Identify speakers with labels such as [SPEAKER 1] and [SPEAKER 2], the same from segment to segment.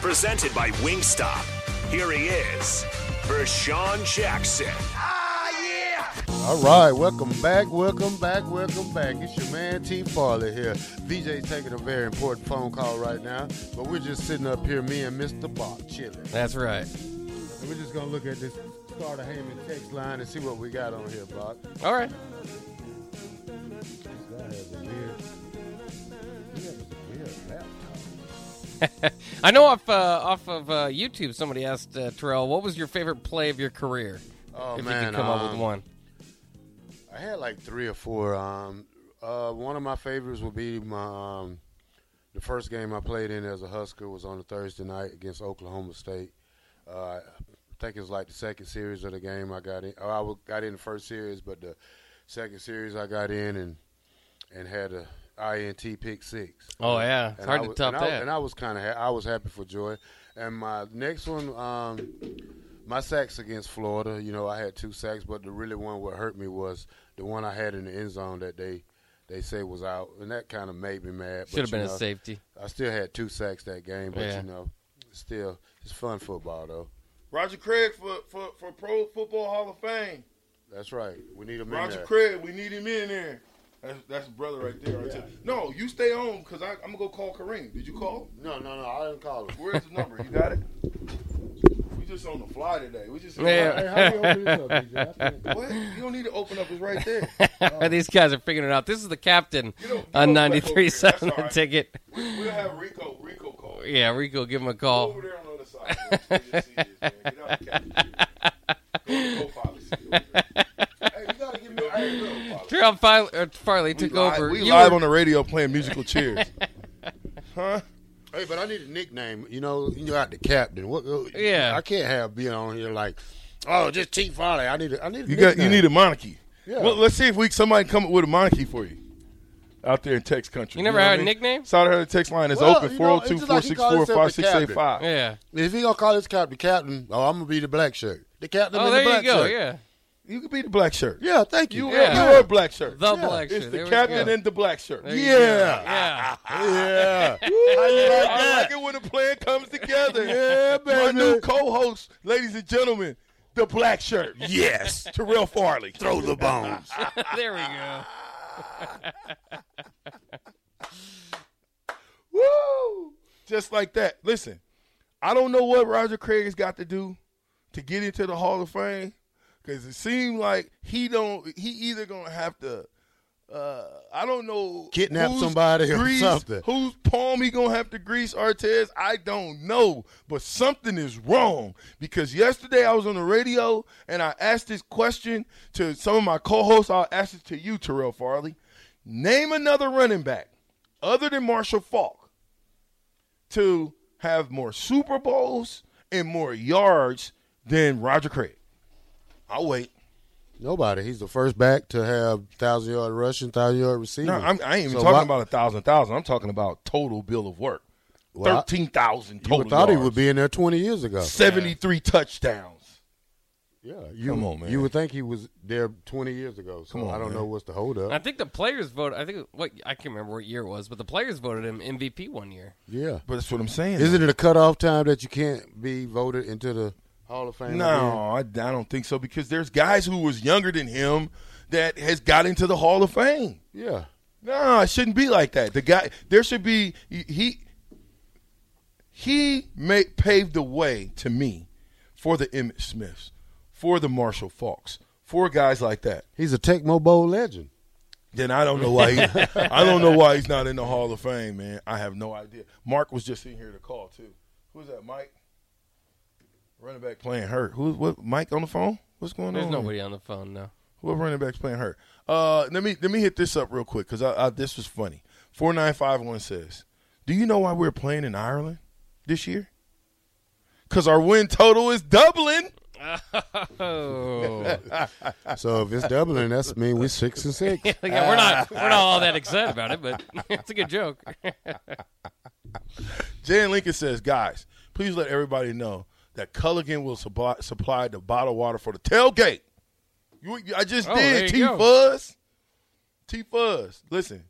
[SPEAKER 1] Presented by Wingstop. Here he is, Vershawn Jackson.
[SPEAKER 2] All right, welcome back, welcome back, welcome back. It's your man T Farley here. VJ's taking a very important phone call right now, but we're just sitting up here, me and Mr. Bob chilling.
[SPEAKER 3] That's right.
[SPEAKER 2] And we're just gonna look at this Carter Heyman text line and see what we got on here, Bob.
[SPEAKER 3] All right.
[SPEAKER 2] This guy has a weird, he has a weird laptop.
[SPEAKER 3] I know off uh, off of uh, YouTube, somebody asked uh, Terrell, "What was your favorite play of your career?"
[SPEAKER 2] Oh,
[SPEAKER 3] if you
[SPEAKER 2] man,
[SPEAKER 3] could come up
[SPEAKER 2] um,
[SPEAKER 3] with one.
[SPEAKER 2] I had like three or four. Um, uh, one of my favorites would be my um, the first game I played in as a Husker was on a Thursday night against Oklahoma State. Uh, I think it was like the second series of the game I got in. Oh, I wa- got in the first series, but the second series I got in and and had a INT pick six.
[SPEAKER 3] Oh yeah, it's
[SPEAKER 2] And
[SPEAKER 3] hard
[SPEAKER 2] I
[SPEAKER 3] to
[SPEAKER 2] was-
[SPEAKER 3] top
[SPEAKER 2] and I,
[SPEAKER 3] that.
[SPEAKER 2] and I was kind of ha- I was happy for Joy. And my next one, um, my sacks against Florida. You know, I had two sacks, but the really one what hurt me was the one I had in the end zone that they they say was out, and that kind of made me mad. but
[SPEAKER 3] Should have
[SPEAKER 2] you
[SPEAKER 3] been a
[SPEAKER 2] know,
[SPEAKER 3] safety.
[SPEAKER 2] I still had two sacks that game, but
[SPEAKER 3] Yeah.
[SPEAKER 2] you know, still it's fun football though.
[SPEAKER 4] Roger Craig for, for, for Pro Football Hall of Fame.
[SPEAKER 2] That's right. We need a man.
[SPEAKER 4] Roger Craig, we need him in there. That's, that's brother right there. Right there. No, you stay on because I'm going to go call Kareem. Did you call?
[SPEAKER 2] No, no, no. I didn't call him.
[SPEAKER 4] Where's his number? You got it? We just on the fly today. We just
[SPEAKER 2] hey,
[SPEAKER 3] Yeah.
[SPEAKER 2] how do you open this up, DJ? I think-
[SPEAKER 4] What? You don't need to open up. It's right there.
[SPEAKER 3] These guys are figuring it out. This is the captain
[SPEAKER 4] You don't- you
[SPEAKER 3] on
[SPEAKER 4] don't play
[SPEAKER 3] ninety three seven
[SPEAKER 4] over there. That's all
[SPEAKER 3] ticket.
[SPEAKER 4] We, we'll have Rico. Rico call.
[SPEAKER 3] Yeah, Rico, give him a
[SPEAKER 4] Go
[SPEAKER 2] Oh,
[SPEAKER 3] call.
[SPEAKER 4] over there on the other side. man. Let's just see this, man. Get out the cafeteria. Go to Copilot. Sit over there.
[SPEAKER 2] hey, you gotta give me. Hey, look.
[SPEAKER 4] Copilot.
[SPEAKER 3] Terrell Farley, uh, Farley took over.
[SPEAKER 4] We
[SPEAKER 3] You
[SPEAKER 4] live
[SPEAKER 3] were-
[SPEAKER 4] on the radio playing musical chairs. huh?
[SPEAKER 2] Hey, but I need a nickname. You know, you got the captain. What? what-
[SPEAKER 3] Yeah.
[SPEAKER 2] I can't have be on here like, oh, just Chief Farley. I need a, I need. A
[SPEAKER 4] You got you
[SPEAKER 2] nickname.
[SPEAKER 4] need a monarchy.
[SPEAKER 2] Yeah.
[SPEAKER 4] Well, let's see if we somebody come up with a monarchy for you. Out there in text country.
[SPEAKER 3] You never
[SPEAKER 4] know
[SPEAKER 3] had
[SPEAKER 4] what
[SPEAKER 3] a
[SPEAKER 4] I mean?
[SPEAKER 3] nickname?
[SPEAKER 4] South Dakota text line is
[SPEAKER 2] Well,
[SPEAKER 4] open
[SPEAKER 2] you know, it's
[SPEAKER 4] 402
[SPEAKER 2] just like he called
[SPEAKER 4] 464
[SPEAKER 2] himself the captain.
[SPEAKER 4] 5685.
[SPEAKER 3] yeah.
[SPEAKER 2] If he gonna call this cap the captain, oh, I'm gonna be the black shirt. The captain. in
[SPEAKER 3] Oh,
[SPEAKER 2] the
[SPEAKER 3] there you
[SPEAKER 2] black
[SPEAKER 3] go.
[SPEAKER 2] Shirt.
[SPEAKER 3] Yeah,
[SPEAKER 4] You could be the black shirt.
[SPEAKER 2] Yeah. Thank you.
[SPEAKER 4] You,
[SPEAKER 3] Yeah.
[SPEAKER 4] you are black shirt.
[SPEAKER 3] the black shirt.
[SPEAKER 4] It's
[SPEAKER 3] There
[SPEAKER 4] the
[SPEAKER 3] we
[SPEAKER 4] captain
[SPEAKER 3] go.
[SPEAKER 4] and the black shirt.
[SPEAKER 3] There you go.
[SPEAKER 2] Yeah.
[SPEAKER 3] Yeah.
[SPEAKER 2] Yeah. How you like
[SPEAKER 4] I
[SPEAKER 2] that?
[SPEAKER 4] like it when the plan comes together.
[SPEAKER 2] Yeah,
[SPEAKER 4] My
[SPEAKER 2] baby.
[SPEAKER 4] new co-host, ladies and gentlemen, the black shirt,
[SPEAKER 2] Yes.
[SPEAKER 4] Terrell Farley.
[SPEAKER 2] Throw the bones.
[SPEAKER 3] there we go.
[SPEAKER 4] Woo! Just like that. Listen, I don't know what Roger Craig has got to do to get into the Hall of Fame because it seemed like he don't. He either gonna have to. Uh, I don't know.
[SPEAKER 2] Kidnap
[SPEAKER 4] whose
[SPEAKER 2] somebody or something.
[SPEAKER 4] Whose palm he gonna have to grease Artez? I don't know, but something is wrong because yesterday I was on the radio and I asked this question to some of my co-hosts. I'll ask it to you, Terrell Farley. Name another running back other than Marshall Falk to have more Super Bowls and more yards than Roger Craig. I'll wait.
[SPEAKER 2] Nobody. He's the first back to have thousand yard rushing, thousand yard receiving.
[SPEAKER 4] No, I'm, I ain't even
[SPEAKER 2] So
[SPEAKER 4] talking
[SPEAKER 2] why-
[SPEAKER 4] about a thousand thousand. I'm talking about total bill of work.
[SPEAKER 2] Well, I-
[SPEAKER 4] Thirteen thousand
[SPEAKER 2] You
[SPEAKER 4] total.
[SPEAKER 2] would thought he
[SPEAKER 4] yards.
[SPEAKER 2] would be in there twenty years ago.
[SPEAKER 4] seventy-three touchdowns.
[SPEAKER 2] Yeah, you,
[SPEAKER 4] Come on, man.
[SPEAKER 2] You would think he was there 20 years ago. So
[SPEAKER 4] Come on,
[SPEAKER 2] I don't
[SPEAKER 4] man.
[SPEAKER 2] know what's the holdup.
[SPEAKER 3] I think the players voted. I think what I can't remember what year it was, but the players voted him MVP one year.
[SPEAKER 2] yeah.
[SPEAKER 4] But that's what I'm saying.
[SPEAKER 2] Isn't it a cutoff time that you can't be voted into the Hall of Fame? again?
[SPEAKER 4] No, I, I don't think so because there's guys who was younger than him that has got into the Hall of Fame.
[SPEAKER 2] Yeah.
[SPEAKER 4] No, it shouldn't be like that. The guy, there should be he he made, paved the way to me for the Emmett Smiths, for the Marshall Falks, for guys like that.
[SPEAKER 2] He's a Tecmo Bowl legend.
[SPEAKER 4] Then I don't know why he, I don't know why he's not in the Hall of Fame, man. I have no idea. Mark was just in here to call too. Who's that, Mike? Running back playing hurt. Who's what? Mike on the phone? What's going
[SPEAKER 3] There's
[SPEAKER 4] on?
[SPEAKER 3] nobody on the phone now.
[SPEAKER 4] What running backs playing hurt? Uh, let me let me hit this up real quick because I, I this was funny. Four nine five one says, "Do you know why we're playing in Ireland this year? because our win total is doubling.
[SPEAKER 3] Oh.
[SPEAKER 2] So if it's doubling, that's mean we six and six.
[SPEAKER 3] yeah, we're not we're not all that excited about it, but it's a good joke.
[SPEAKER 4] Jan Lincoln says, guys, please let everybody know that Culligan will supply, supply the bottled water for the tailgate. You, you- I just
[SPEAKER 3] Oh, there
[SPEAKER 4] did,
[SPEAKER 3] you
[SPEAKER 4] T
[SPEAKER 3] go.
[SPEAKER 4] Fuzz. T Fuzz, listen,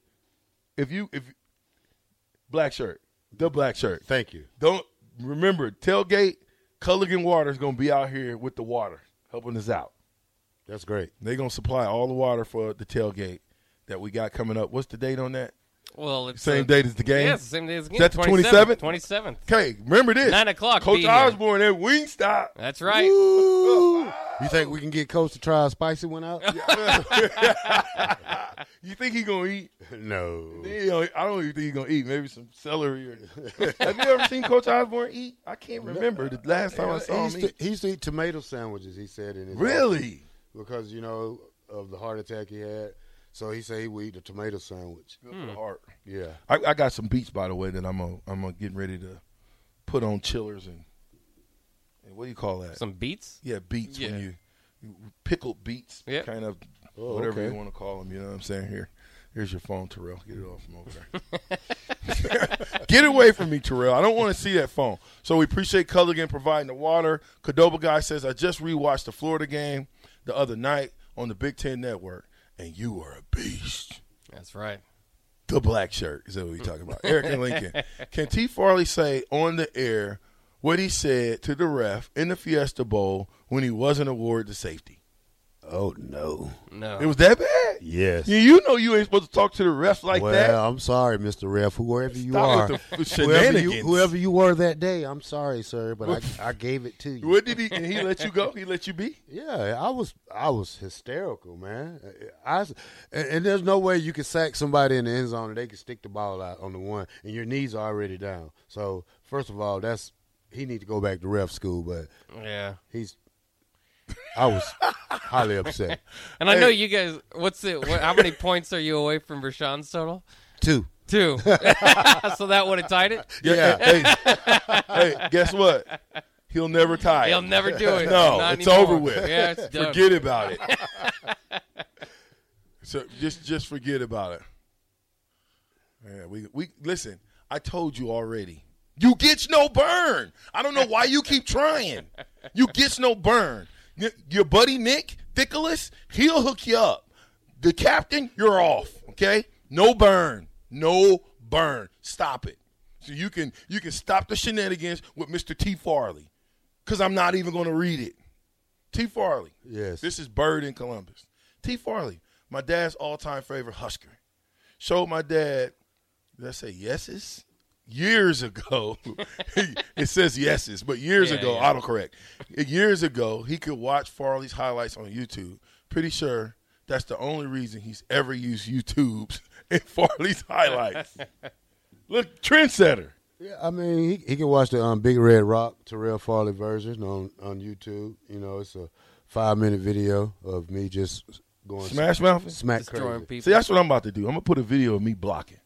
[SPEAKER 4] if you if black shirt, the black shirt,
[SPEAKER 2] Thank you.
[SPEAKER 4] don't remember tailgate. Culligan Water is gonna be out here with the water, helping us out.
[SPEAKER 2] That's great.
[SPEAKER 4] They're gonna supply all the water for the tailgate that we got coming up. What's the date on that?
[SPEAKER 3] Well, it's
[SPEAKER 4] Same
[SPEAKER 3] uh,
[SPEAKER 4] date as the game.
[SPEAKER 3] Yeah, it's the same day as the game.
[SPEAKER 4] Is that the 27th?
[SPEAKER 3] Twenty seventh.
[SPEAKER 4] Okay, remember this.
[SPEAKER 3] Nine o'clock, be
[SPEAKER 4] Coach
[SPEAKER 3] here.
[SPEAKER 4] Osborne at Wingstop.
[SPEAKER 3] That's right.
[SPEAKER 2] Ooh. You think we can get Coach to try a spicy one out?
[SPEAKER 4] You think he gonna eat?
[SPEAKER 2] no.
[SPEAKER 4] He don't- I don't even think he's gonna eat. Maybe some celery. Or... Have you ever seen Coach Osborne eat? I can't remember the last time I
[SPEAKER 2] he,
[SPEAKER 4] saw him
[SPEAKER 2] used to,
[SPEAKER 4] eat.
[SPEAKER 2] he used to eat tomato sandwiches. He said in his
[SPEAKER 4] Really?
[SPEAKER 2] because you know of the heart attack he had. So he said he would eat a tomato sandwich.
[SPEAKER 4] Heart.
[SPEAKER 2] Yeah.
[SPEAKER 4] I, I got some beats by the way that I'm i I'm gonna getting ready to put on chillers and and what do you call that?
[SPEAKER 3] Some beats.
[SPEAKER 4] yeah, beats
[SPEAKER 3] Yeah.
[SPEAKER 4] when you pickled beats,
[SPEAKER 3] Yeah.
[SPEAKER 4] kind of
[SPEAKER 2] Oh,
[SPEAKER 4] whatever
[SPEAKER 2] okay.
[SPEAKER 4] you want to call them. You know what I'm saying? Here, here's your phone, Terrell. Get it off from over there. Get away from me, Terrell. I don't want to see that phone. So we appreciate Culligan providing the water. Cadoba guy says I just rewatched the Florida game the other night on the Big Ten Network, and you are a beast.
[SPEAKER 3] That's right.
[SPEAKER 4] The black shirt is that what we talking about? Eric and Lincoln. Can T. Farley say on the air what he said to the ref in the Fiesta Bowl when he wasn't awarded the safety?
[SPEAKER 2] Oh no.
[SPEAKER 3] No.
[SPEAKER 4] It was that bad?
[SPEAKER 2] Yes.
[SPEAKER 4] Yeah, you know you ain't supposed to talk to the refs like
[SPEAKER 2] well,
[SPEAKER 4] that.
[SPEAKER 2] I'm sorry, Mr. Ref, whoever you
[SPEAKER 4] Stop
[SPEAKER 2] are,
[SPEAKER 4] with the f-
[SPEAKER 2] whoever you,
[SPEAKER 4] shenanigans.
[SPEAKER 2] whoever you were that day. I'm sorry, sir, but I, I gave it to you.
[SPEAKER 4] What did he? And he let you go? He let you be?
[SPEAKER 2] Yeah, I was I was hysterical, man. I and, and there's no way you can sack somebody in the end zone and they can stick the ball out on the one, and your knees are already down. So first of all, that's he need to go back to ref school, but
[SPEAKER 3] yeah.
[SPEAKER 2] he's I was highly upset.
[SPEAKER 3] And I know you guys. What's it? What, how many points are you away from Rashawn's total?
[SPEAKER 2] Two,
[SPEAKER 3] Two. so that would have tied it.
[SPEAKER 2] yeah,
[SPEAKER 4] hey, hey, guess what? He'll never tie.
[SPEAKER 3] He'll never do it.
[SPEAKER 4] No,
[SPEAKER 3] Not
[SPEAKER 4] it's
[SPEAKER 3] anymore.
[SPEAKER 4] over with.
[SPEAKER 3] Yeah, it's done.
[SPEAKER 4] Forget about it. so just just forget about it. Yeah, we we listen. I told you already. You gets no burn. I don't know why you keep trying. You gets no burn. Y- Your buddy Nick Thickless, he'll hook you up. The captain, you're off. Okay, no burn, no burn. Stop it. So you can you can stop the shenanigans with Mr. T Farley, because I'm not even going to read it. T Farley.
[SPEAKER 2] Yes.
[SPEAKER 4] This is Bird in Columbus. T Farley, my dad's all-time favorite Husker. Showed my dad did I say yeses? Years ago, it says yeses, but years
[SPEAKER 3] Yeah,
[SPEAKER 4] ago,
[SPEAKER 3] yeah.
[SPEAKER 4] autocorrect. Years ago, he could watch Farley's highlights on YouTube. Pretty sure that's the only reason he's ever used YouTube's in Farley's highlights. Look, trendsetter.
[SPEAKER 2] yeah. I mean, he, he can watch the um, Big Red Rock Terrell Farley version on on YouTube. You know, it's a five minute video of me just going
[SPEAKER 4] Smash Mouth.
[SPEAKER 2] smack
[SPEAKER 3] Destroying
[SPEAKER 2] crazy.
[SPEAKER 3] people.
[SPEAKER 4] See, that's what I'm about to do. I'm gonna put a video of me blocking.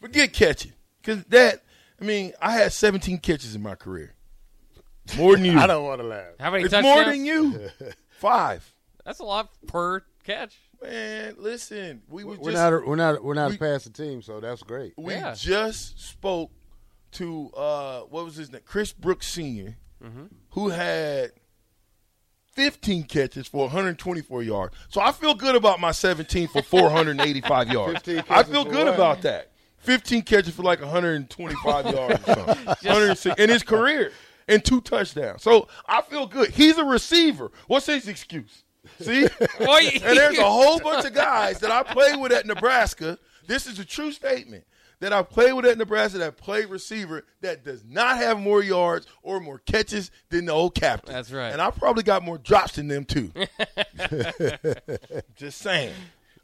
[SPEAKER 4] Forget catching, cause that. I mean, I had 17 catches in my career, more than you.
[SPEAKER 2] I don't want to laugh.
[SPEAKER 3] How many
[SPEAKER 4] It's
[SPEAKER 3] touchdowns?
[SPEAKER 4] more than you. Five.
[SPEAKER 3] That's a lot per catch.
[SPEAKER 4] Man, listen, we were
[SPEAKER 2] We're
[SPEAKER 4] just
[SPEAKER 2] not we're not we're not
[SPEAKER 4] we-
[SPEAKER 2] a passing team, so that's great.
[SPEAKER 4] we
[SPEAKER 3] Yeah.
[SPEAKER 4] just spoke to uh what was his name, Chris Brooks Senior, who had 15 catches for 124 yards. So I feel good about my 17 for 485 yards.
[SPEAKER 2] 15
[SPEAKER 4] I
[SPEAKER 2] catches
[SPEAKER 4] feel
[SPEAKER 2] for
[SPEAKER 4] good
[SPEAKER 2] what?
[SPEAKER 4] about that. 15 catches for like 125 yards or something. 106 in his career and two touchdowns. So I feel good. He's a receiver. What's his excuse? See?
[SPEAKER 3] Well, you-
[SPEAKER 4] and there's a whole bunch of guys that I played with at Nebraska. This is a true statement that I played with at Nebraska that played receiver that does not have more yards or more catches than the old captain.
[SPEAKER 3] That's right.
[SPEAKER 4] And I probably got more drops than them too. Just saying.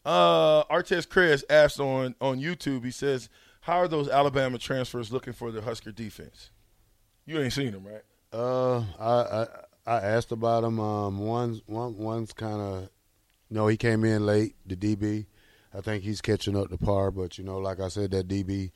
[SPEAKER 4] Uh, Artes Cres asked on on YouTube. He says, "How are those Alabama transfers looking for the Husker defense?" You ain't seen them, right?
[SPEAKER 2] Uh, I I, I asked about him. Um, one's one one's kind of no, he came in late. The DB, I think he's catching up to par. But you know, like I said, that DB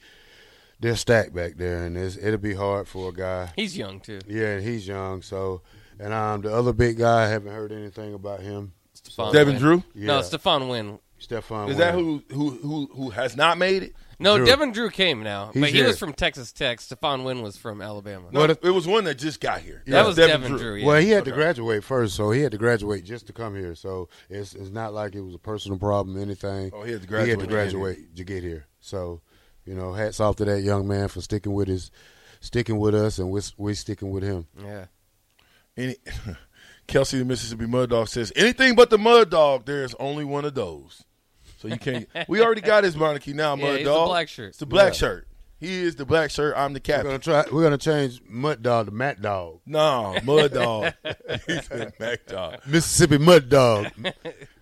[SPEAKER 2] they're stacked back there, and it's, it'll be hard for a guy.
[SPEAKER 3] He's young too.
[SPEAKER 2] Yeah, and he's young. So, and um, the other big guy, I haven't heard anything about him.
[SPEAKER 3] Stephon
[SPEAKER 4] Devin
[SPEAKER 3] Wynn.
[SPEAKER 4] Drew?
[SPEAKER 3] No,
[SPEAKER 2] Yeah.
[SPEAKER 3] Stephon Wynn.
[SPEAKER 2] Stephon
[SPEAKER 4] Is that
[SPEAKER 2] Wynn.
[SPEAKER 4] who who who who has not made it?
[SPEAKER 3] No,
[SPEAKER 2] Drew.
[SPEAKER 3] Devin Drew came now,
[SPEAKER 2] He's
[SPEAKER 3] but he
[SPEAKER 2] here.
[SPEAKER 3] was from Texas Tech. Stephon Wynn was from Alabama.
[SPEAKER 4] No, it was one that just got here.
[SPEAKER 3] that was Devin, Drew. yeah.
[SPEAKER 2] Well, he had to graduate first, so he had to graduate just to come here. So it's it's not like it was a personal problem, or anything.
[SPEAKER 4] Oh, he had to
[SPEAKER 2] He had to
[SPEAKER 4] graduate to get here.
[SPEAKER 2] graduate to get here. So, you know, hats off to that young man for sticking with his, sticking with us, and we're, we're sticking with him.
[SPEAKER 3] yeah.
[SPEAKER 4] Any, Kelsey the Mississippi Mud Dog says anything but the Mud Dog. There's only one of those, so you can't. we already got his monarchy now,
[SPEAKER 3] Yeah,
[SPEAKER 4] Mud
[SPEAKER 3] he's the
[SPEAKER 4] Dog.
[SPEAKER 3] black shirt.
[SPEAKER 4] It's the black
[SPEAKER 2] Yeah.
[SPEAKER 4] shirt. He is the black shirt. I'm the
[SPEAKER 2] We're gonna
[SPEAKER 4] captain.
[SPEAKER 2] try. We're gonna change Mud Dog to Matt Dog,
[SPEAKER 4] No, Mud Dog. he said Mac Dog.
[SPEAKER 2] Mississippi Mud Dog.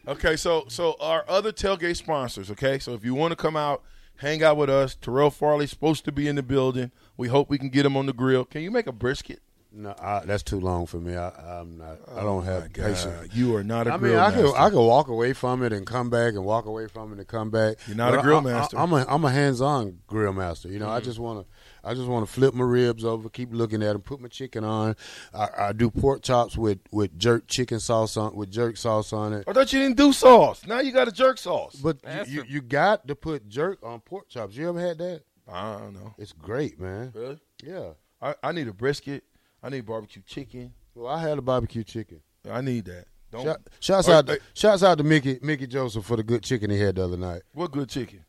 [SPEAKER 4] Okay, so so our other tailgate sponsors, okay? So if you want to come out, hang out with us, Terrell Farley's supposed to be in the building. We hope we can get him on the grill. Can you make a brisket?
[SPEAKER 2] no, I, that's too long for me. I, I'm not. I don't have patience.
[SPEAKER 4] Uh, you are not a
[SPEAKER 2] I
[SPEAKER 4] grill
[SPEAKER 2] mean, I
[SPEAKER 4] master.
[SPEAKER 2] could I could walk away from it and come back, and walk away from it and come back.
[SPEAKER 4] You're not a
[SPEAKER 2] But
[SPEAKER 4] grill
[SPEAKER 2] I-
[SPEAKER 4] master. Mm-hmm.
[SPEAKER 2] I, am a I'm a hands-on grill master. You know, I just want to I just want to flip my ribs over, keep looking at them, put my chicken on. I, I do pork chops with with jerk chicken sauce on with jerk sauce on it.
[SPEAKER 4] Oh, I thought you didn't do sauce. Now you got a jerk sauce.
[SPEAKER 2] But you-
[SPEAKER 3] That's
[SPEAKER 2] you,
[SPEAKER 3] a-
[SPEAKER 2] you got to put jerk on pork chops. You ever had that?
[SPEAKER 4] I don't know.
[SPEAKER 2] It's great, man.
[SPEAKER 4] Really?
[SPEAKER 2] Yeah.
[SPEAKER 4] I, I need a brisket. I need barbecue chicken.
[SPEAKER 2] Well, I had a barbecue chicken.
[SPEAKER 4] I need that. Don't
[SPEAKER 2] Shout, shouts
[SPEAKER 4] Or-
[SPEAKER 2] out, to, shouts out to Mickey Mickey Joseph for the good chicken he had the other night.
[SPEAKER 4] What good chicken?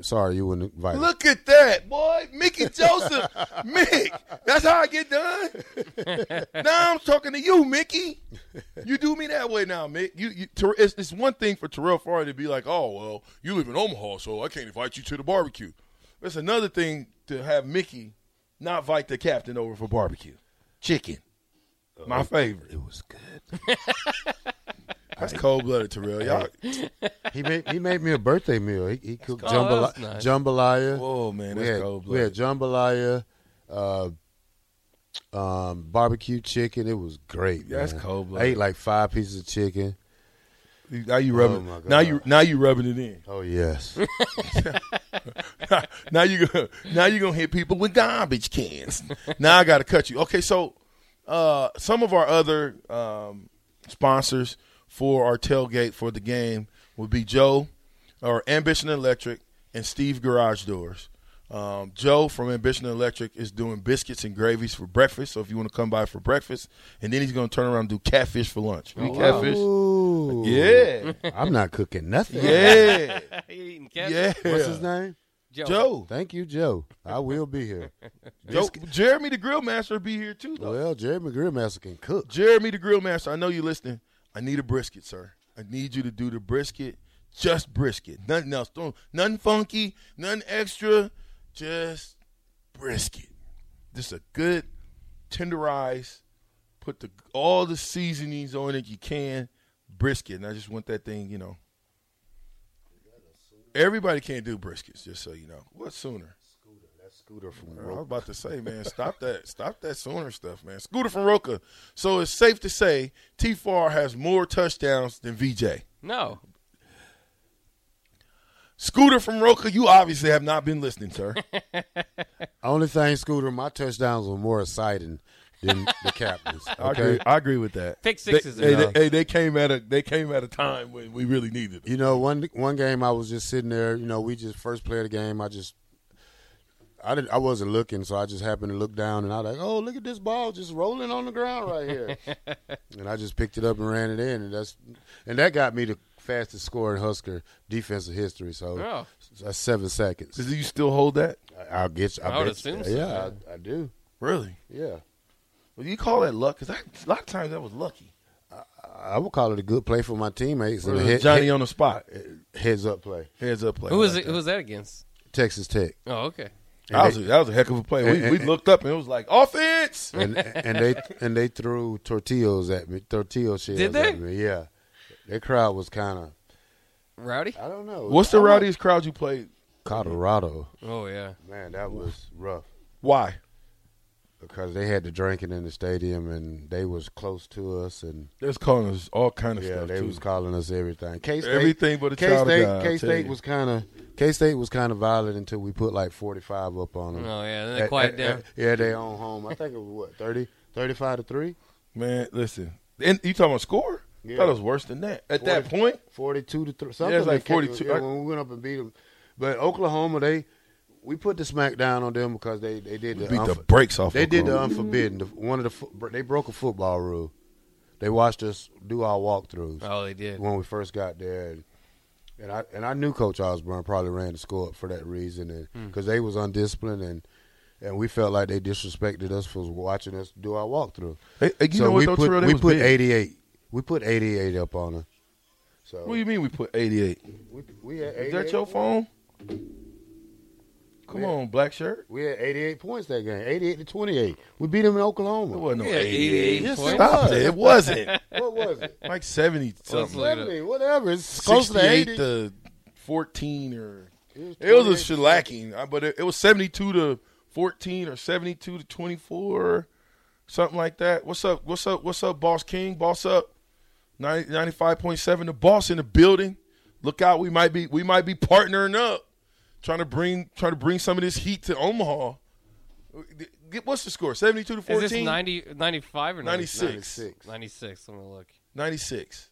[SPEAKER 2] Sorry, you wouldn't invite. him.
[SPEAKER 4] Look at that, boy. Mickey Joseph. Mick. That's how I get done. now I'm talking to you, Mickey. You do me that way now, Mick. You, you Ter- it's, it's one thing for Terrell Farley to be like, oh, well, you live in Omaha, so I can't invite you to the barbecue. It's another thing to have Mickey not invite the captain over for barbecue. Chicken. My favorite. It was good. That's cold blooded, Terrell. Y'all,
[SPEAKER 2] He made he made me a birthday meal. He, he cooked
[SPEAKER 3] cool. Oh,
[SPEAKER 2] jambala-
[SPEAKER 3] that's nice.
[SPEAKER 2] jambalaya.
[SPEAKER 4] Whoa, man,
[SPEAKER 2] we
[SPEAKER 4] that's
[SPEAKER 2] had,
[SPEAKER 4] cold
[SPEAKER 2] we had jambalaya, uh, um, barbecue chicken. It was great.
[SPEAKER 4] Yeah, that's
[SPEAKER 2] man.
[SPEAKER 4] cold-blooded.
[SPEAKER 2] I ate like five pieces of chicken.
[SPEAKER 4] now you rubbing.
[SPEAKER 2] my God.
[SPEAKER 4] now you now you rubbing it in.
[SPEAKER 2] Oh yes,
[SPEAKER 4] now you gonna now you gonna hit people with garbage cans. now I gotta cut you. Okay, so uh, some of our other um, sponsors for our tailgate for the game would be Joe or Ambition Electric and Steve Garage Doors. Um, Joe from Ambition Electric is doing biscuits and gravies for breakfast. So if you want to come by for breakfast, and then he's gonna turn around and do catfish for lunch. We catfish.
[SPEAKER 2] Ooh,
[SPEAKER 4] Yeah.
[SPEAKER 2] I'm not cooking nothing.
[SPEAKER 4] Yeah.
[SPEAKER 3] He eating cat-
[SPEAKER 4] Yeah.
[SPEAKER 2] What's his name?
[SPEAKER 3] Joe.
[SPEAKER 4] Joe.
[SPEAKER 2] Thank you, Joe. I will be here.
[SPEAKER 4] Joe, Jeremy the Grill Master be here too though.
[SPEAKER 2] Well, Jerry McGrillmaster can cook.
[SPEAKER 4] Jeremy the Grill Master, I know you listening. I need a brisket, sir. I need you to do the brisket, just brisket, nothing else. Don't nothing funky, nothing extra, just brisket. Just a good tenderized. Put the all the seasonings on it you can, brisket. And I just want that thing, you know. Everybody can't do briskets, just so you know. What sooner?
[SPEAKER 2] Scooter from
[SPEAKER 4] I was about to say, man, stop that, stop that sooner stuff, man. Scooter from Roca. So it's safe to say T. Far has more touchdowns than VJ.
[SPEAKER 3] No.
[SPEAKER 4] Scooter from Roca, you obviously have not been listening, sir.
[SPEAKER 2] Only thing, Scooter, my touchdowns were more exciting than the captain's. Okay?
[SPEAKER 4] I agree. I agree with that.
[SPEAKER 3] Pick
[SPEAKER 4] They,
[SPEAKER 3] sixes.
[SPEAKER 4] hey,
[SPEAKER 3] are-
[SPEAKER 4] they, hey, they came at a they came at a time when we really needed it.
[SPEAKER 2] You know, one one game I was just sitting there. You know, we just first play of the game. I just, I didn't, I wasn't looking, so I just happened to look down, and I was like, oh, look at this ball just rolling on the ground right here, and I just picked it up and ran it in, and that's, and that got me the fastest scoring Husker defensive history. So
[SPEAKER 3] Oh.
[SPEAKER 2] that's seven seconds.
[SPEAKER 4] Do you still hold that?
[SPEAKER 2] I- I'll get. you- I,
[SPEAKER 3] I would
[SPEAKER 2] bet
[SPEAKER 3] assume
[SPEAKER 2] you.
[SPEAKER 3] so,
[SPEAKER 2] Yeah, I, I do.
[SPEAKER 4] Really?
[SPEAKER 2] Yeah,
[SPEAKER 4] Well, you call that luck? Because a lot of times that was lucky.
[SPEAKER 2] I would call it a good play for my teammates
[SPEAKER 4] Or
[SPEAKER 2] and a
[SPEAKER 4] was
[SPEAKER 2] head,
[SPEAKER 4] Johnny on the spot, Uh,
[SPEAKER 2] heads up play.
[SPEAKER 4] heads up play.
[SPEAKER 3] who was
[SPEAKER 4] like
[SPEAKER 3] it? Who was that against?
[SPEAKER 2] Texas Tech.
[SPEAKER 3] Oh, okay.
[SPEAKER 4] That was a, that was a heck of a play. We,
[SPEAKER 2] And-
[SPEAKER 4] we
[SPEAKER 2] and-
[SPEAKER 4] looked up and it was like offense.
[SPEAKER 2] and and they and they threw tortillas at me, tortilla shells
[SPEAKER 3] Did they?
[SPEAKER 2] at me. Yeah, their crowd was kind of
[SPEAKER 3] Rowdy.
[SPEAKER 2] I don't know.
[SPEAKER 4] What's the rowdiest crowd you played?
[SPEAKER 2] Colorado?
[SPEAKER 3] Oh yeah.
[SPEAKER 2] Man, that was rough.
[SPEAKER 4] Why?
[SPEAKER 2] because they had the drinking in the stadium and they was close to us and
[SPEAKER 4] They was calling us all kind of
[SPEAKER 2] yeah,
[SPEAKER 4] stuff.
[SPEAKER 2] they
[SPEAKER 4] too.
[SPEAKER 2] was calling us everything. K State,
[SPEAKER 4] Everything but a
[SPEAKER 2] K
[SPEAKER 4] child of
[SPEAKER 2] State,
[SPEAKER 4] God, I tell
[SPEAKER 2] K State
[SPEAKER 4] you.
[SPEAKER 2] was kind of K State was kind of violent until we put like forty five up on them.
[SPEAKER 3] Oh, yeah, then they quieted down.
[SPEAKER 2] yeah, they own home. I think it was what 30, 35 to three.
[SPEAKER 4] Man, listen. And you talking about score?
[SPEAKER 2] Yeah.
[SPEAKER 4] Thought it was worse than that. At that
[SPEAKER 2] 40
[SPEAKER 4] point,
[SPEAKER 2] 42 to 3.
[SPEAKER 4] Yeah,
[SPEAKER 2] Something
[SPEAKER 4] it's like
[SPEAKER 2] that came-
[SPEAKER 4] 42.
[SPEAKER 2] yeah, when we went up and beat them. But Oklahoma, they we put the smack down on them because they, they did the,
[SPEAKER 4] beat the brakes off
[SPEAKER 2] They did the
[SPEAKER 4] Oklahoma.
[SPEAKER 2] unforbidden. The, one of the fo- br- they broke a football rule. They watched us do our walkthroughs
[SPEAKER 3] Oh, they did.
[SPEAKER 2] when we first got there, and, and I and I knew Coach Osborne probably ran the score up for that reason,
[SPEAKER 4] Hmm.
[SPEAKER 2] and because they was undisciplined and. And we felt like they disrespected us for watching us do our walkthrough.
[SPEAKER 4] Hey, hey, you
[SPEAKER 2] so
[SPEAKER 4] know what,
[SPEAKER 2] we
[SPEAKER 4] though,
[SPEAKER 2] put,
[SPEAKER 4] Terrell, they
[SPEAKER 2] we
[SPEAKER 4] was
[SPEAKER 2] put
[SPEAKER 4] big.
[SPEAKER 2] 88. We put 88 up on them. So
[SPEAKER 4] what do you mean we put 88?
[SPEAKER 2] we, we had 88,
[SPEAKER 4] Is that your phone? Come
[SPEAKER 2] Yeah.
[SPEAKER 4] on, black shirt.
[SPEAKER 2] We had 88 points that game, 88 to 28. We beat them in
[SPEAKER 4] It
[SPEAKER 2] Oklahoma.
[SPEAKER 4] wasn't no
[SPEAKER 3] Yeah,
[SPEAKER 4] 88.
[SPEAKER 3] 88
[SPEAKER 4] Yes,
[SPEAKER 3] points.
[SPEAKER 4] Stop it. It wasn't.
[SPEAKER 2] What was it?
[SPEAKER 4] like 70
[SPEAKER 3] Let's
[SPEAKER 4] something.
[SPEAKER 3] look it
[SPEAKER 2] 70,
[SPEAKER 3] up.
[SPEAKER 2] whatever. It's close to
[SPEAKER 4] 68
[SPEAKER 2] 80.
[SPEAKER 4] to 14 or.
[SPEAKER 2] was
[SPEAKER 4] It was a
[SPEAKER 2] 28.
[SPEAKER 4] shellacking, uh, but it, it was 72 to 14 or 72 to 24, something like that. What's up? What's up? What's up, Boss King? Boss up. 90, 95.7 the boss in the building. Look out, we might be we might be partnering up trying to bring trying to bring some of this heat to Omaha. Get- What's the score? 72 to 14.
[SPEAKER 3] Is this 90, 95 or 96?
[SPEAKER 2] 96.
[SPEAKER 3] 96. I'm going to look.
[SPEAKER 4] 96.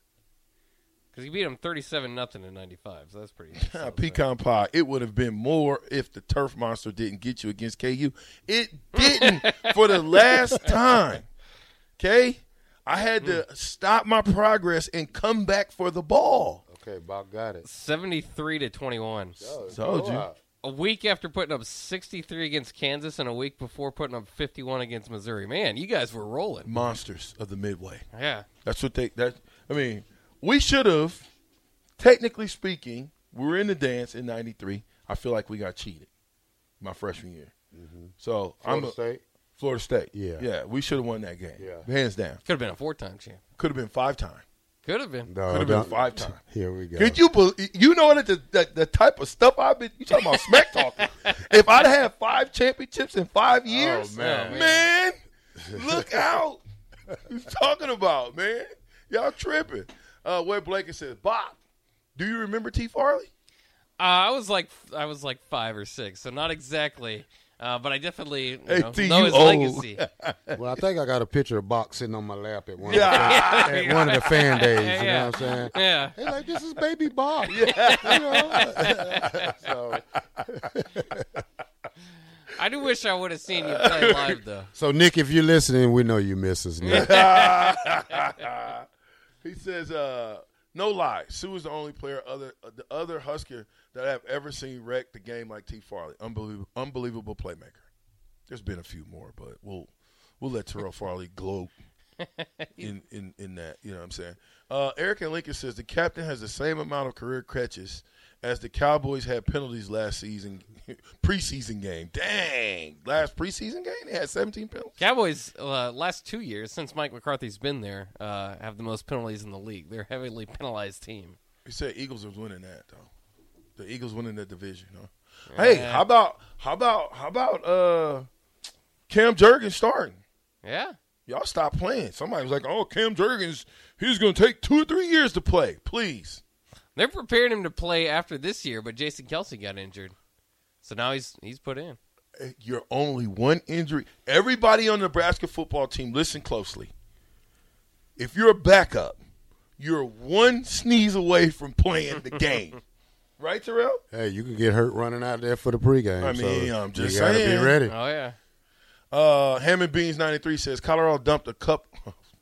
[SPEAKER 3] Because you beat them 37 nothing in 95, so that's pretty.
[SPEAKER 4] Ah,
[SPEAKER 3] solid.
[SPEAKER 4] pecan pie. It would have been more if the turf monster didn't get you against KU. It didn't for the last time. Okay? I had to stop my progress and come back for the ball.
[SPEAKER 2] Okay, Bob got it.
[SPEAKER 3] 73 to 21.
[SPEAKER 4] Told you.
[SPEAKER 2] Wow.
[SPEAKER 3] A week after putting up 63 against Kansas and a week before putting up 51 against Missouri. Man, you guys were rolling.
[SPEAKER 4] Monsters of the Midway.
[SPEAKER 3] Yeah.
[SPEAKER 4] That's what they that I mean, we should have technically speaking, we were in the dance in 93. I feel like we got cheated my freshman year. So,
[SPEAKER 2] Mm-hmm. Florida
[SPEAKER 4] I'm a-
[SPEAKER 2] State.
[SPEAKER 4] Florida State.
[SPEAKER 2] Yeah.
[SPEAKER 4] Yeah, we should have won that game.
[SPEAKER 2] Yeah.
[SPEAKER 4] Hands down.
[SPEAKER 3] Could have been a four time champ.
[SPEAKER 4] Could have been five time.
[SPEAKER 3] Could have been.
[SPEAKER 2] No,
[SPEAKER 4] Could have been
[SPEAKER 2] don't-
[SPEAKER 4] five times.
[SPEAKER 2] Here we go.
[SPEAKER 4] Could you believe? You know that the, the the type of stuff I've been. You talking about smack talking? if I'd have five championships in five years,
[SPEAKER 2] man.
[SPEAKER 4] man, look out! you talking about man? Y'all tripping? Uh, Webb Blake says, Bob, do you remember T Farley?
[SPEAKER 3] Uh, I was like I was like five or six, so not exactly. Uh, but I definitely you
[SPEAKER 4] Hey,
[SPEAKER 3] know,
[SPEAKER 4] T,
[SPEAKER 3] know
[SPEAKER 4] you
[SPEAKER 3] his
[SPEAKER 4] old.
[SPEAKER 3] legacy.
[SPEAKER 2] Well, I think I got a picture of Bob sitting on my lap at one,
[SPEAKER 4] Yeah.
[SPEAKER 2] of, the, at one of the fan days. You
[SPEAKER 3] Yeah.
[SPEAKER 2] know what I'm saying?
[SPEAKER 3] yeah.
[SPEAKER 2] They're like, this is baby Bob. You know? so,
[SPEAKER 3] I do wish I would have seen you play live, though.
[SPEAKER 2] so, Nick, if you're listening, we know you miss us, Nick.
[SPEAKER 4] He says, uh, no lie, Sue is the only player other the other Husker that I've ever seen wreck the game like T Farley. Unbelievable, unbelievable playmaker. There's been a few more, but we'll we'll let Terrell Farley gloat in, in in that. You know what I'm saying? Uh, Eric and Lincoln says the captain has the same amount of career catches as the Cowboys had penalties last season preseason game. Dang, last preseason game they had 17 penalties.
[SPEAKER 3] Cowboys uh, last two years since Mike McCarthy's been there uh, have the most penalties in the league. They're a heavily penalized team.
[SPEAKER 4] You said Eagles was winning that though. The Eagles winning that division. Huh? Hey, how about how about how about uh Cam Jurgens starting?
[SPEAKER 3] Yeah.
[SPEAKER 4] Y'all stop playing. Somebody was like, "Oh, Cam Jurgens, he's gonna take two or three years to play." Please,
[SPEAKER 3] They're preparing him to play after this year, but Jason Kelsey got injured. So now he's he's put in.
[SPEAKER 4] Eh, you're only one injury. Everybody on the Nebraska football team, listen closely. If you're a backup, you're one sneeze away from playing the game, right, Terrell?
[SPEAKER 2] Hey, you could get hurt running out there for the pregame.
[SPEAKER 4] I mean,
[SPEAKER 2] so
[SPEAKER 4] I'm just
[SPEAKER 2] you gotta
[SPEAKER 4] saying.
[SPEAKER 2] be ready.
[SPEAKER 3] Oh yeah.
[SPEAKER 4] Uh, Hammond Beans ninety three says Colorado dumped a cup,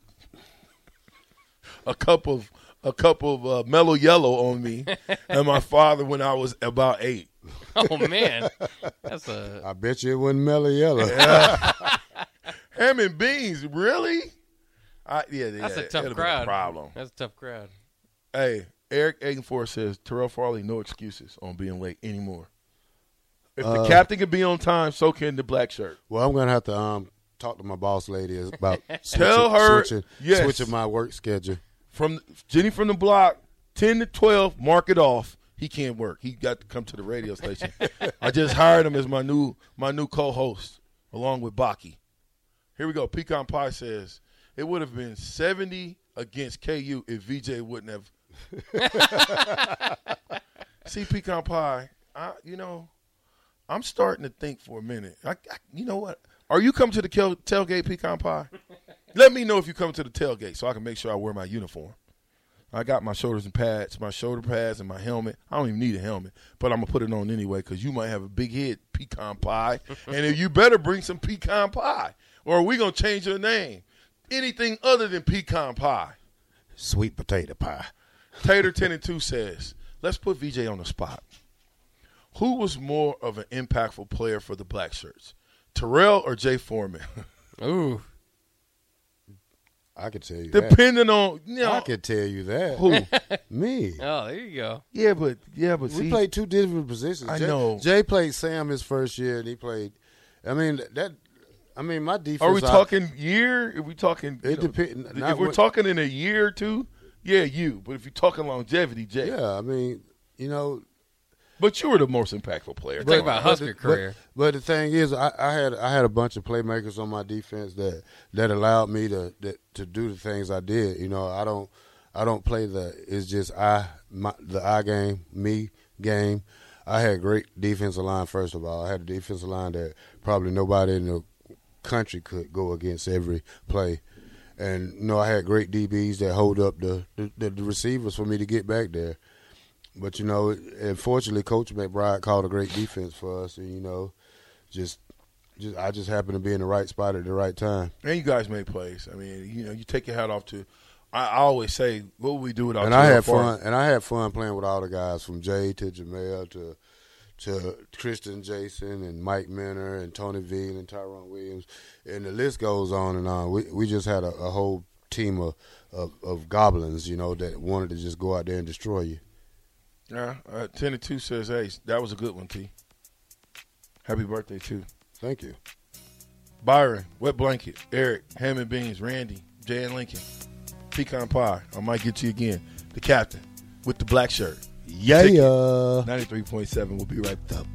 [SPEAKER 4] a cup of a cup of uh, mellow yellow on me and my father when I was about eight.
[SPEAKER 3] Oh man. That's a
[SPEAKER 2] I bet you it wasn't mellow yellow.
[SPEAKER 4] Hammond Beans, really? I, yeah, yeah,
[SPEAKER 3] that's a
[SPEAKER 4] it-
[SPEAKER 3] tough
[SPEAKER 4] it'd have been
[SPEAKER 3] crowd.
[SPEAKER 4] A problem.
[SPEAKER 3] That's a tough crowd.
[SPEAKER 4] Hey, Eric Agenfor says Terrell Farley, no excuses on being late anymore. If the captain can be on time, so can the black shirt.
[SPEAKER 2] Well, I'm gonna have to um talk to my boss lady about switching,
[SPEAKER 4] Tell her,
[SPEAKER 2] switching,
[SPEAKER 4] yes.
[SPEAKER 2] switching my work schedule.
[SPEAKER 4] From Jenny from the block, ten to twelve, mark it off. He can't work. He got to come to the radio station. I just hired him as my new my new co-host, along with Baki. Here we go. Pecan Pie says it would have been 70 against KU if VJ wouldn't have. See, Pecan Pie, I, you know, I'm starting to think for a minute. I, I, you know what? Are you coming to the kel- tailgate, Pecan Pie? Let me know if you come to the tailgate so I can make sure I wear my uniform. I got my shoulders and pads, my shoulder pads, and my helmet. I don't even need a helmet, but I'm gonna put it on anyway because you might have a big head, pecan pie, and if you better bring some pecan pie, or we gonna change your name. Anything other than pecan pie,
[SPEAKER 5] Sweet potato pie.
[SPEAKER 4] Tater Ten and Two says, let's put VJ on the spot. Who was more of an impactful player for the Black Shirts, Terrell or Jay Foreman?
[SPEAKER 3] Ooh,
[SPEAKER 2] I could tell you. that.
[SPEAKER 4] Depending on you know,
[SPEAKER 2] I could tell you that.
[SPEAKER 4] who.
[SPEAKER 2] Me.
[SPEAKER 3] oh, there you go.
[SPEAKER 4] Yeah, but yeah, but
[SPEAKER 2] We
[SPEAKER 4] see,
[SPEAKER 2] played two different positions.
[SPEAKER 4] I
[SPEAKER 2] Jay,
[SPEAKER 4] know.
[SPEAKER 2] Jay played Sam his first year, and he played. I mean that. I mean my defense.
[SPEAKER 4] Are we
[SPEAKER 2] I-
[SPEAKER 4] talking year? Are we talking?
[SPEAKER 2] It
[SPEAKER 4] you know,
[SPEAKER 2] depend-
[SPEAKER 4] th-
[SPEAKER 2] not
[SPEAKER 4] If we're
[SPEAKER 2] what-
[SPEAKER 4] talking in a year or two, yeah, you. But if you're talking longevity, Jay.
[SPEAKER 2] Yeah, I mean you know.
[SPEAKER 4] But you were the most impactful player.
[SPEAKER 3] Talk about Husker
[SPEAKER 2] but-
[SPEAKER 3] career.
[SPEAKER 2] But the thing is, I, I had I had a bunch of playmakers on my defense that that allowed me to that, to do the things I did. You know, I don't I don't play the it's just I my, the I game me game. I had great defensive line. First of all, I had a defensive line that probably nobody in the country could go against every play. And you know, I had great DBs that hold up the the, the receivers for me to get back there. But you know, unfortunately, Coach McBride called a great defense for us, and you know, just, just I just happened to be in the right spot at the right time.
[SPEAKER 4] And you guys made plays. I mean, you know, you take your hat off to. I, I always say, what would we do without?
[SPEAKER 2] and I
[SPEAKER 4] Terrell
[SPEAKER 2] had
[SPEAKER 4] Farmer?
[SPEAKER 2] fun. And I had fun playing with all the guys from Jay to Jamel to to Christian Jason and Mike Minner and Tony Veal and Tyrone Williams, and the list goes on and on. We we just had a, a whole team of, of of goblins, you know, that wanted to just go out there and destroy you.
[SPEAKER 4] Yeah, uh, ten and two says, "Hey, that was a good one, T. Happy birthday, too,
[SPEAKER 2] Thank you.
[SPEAKER 4] Byron, Wet Blanket, Eric, Ham and Beans, Randy, Jay and Lincoln, Pecan Pie. I might get you again. The Captain with the black shirt.
[SPEAKER 2] Yeah.
[SPEAKER 4] Ninety-three point seven. We'll be right up.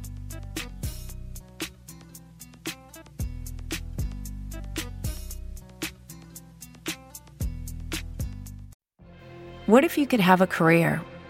[SPEAKER 6] What if you could have a career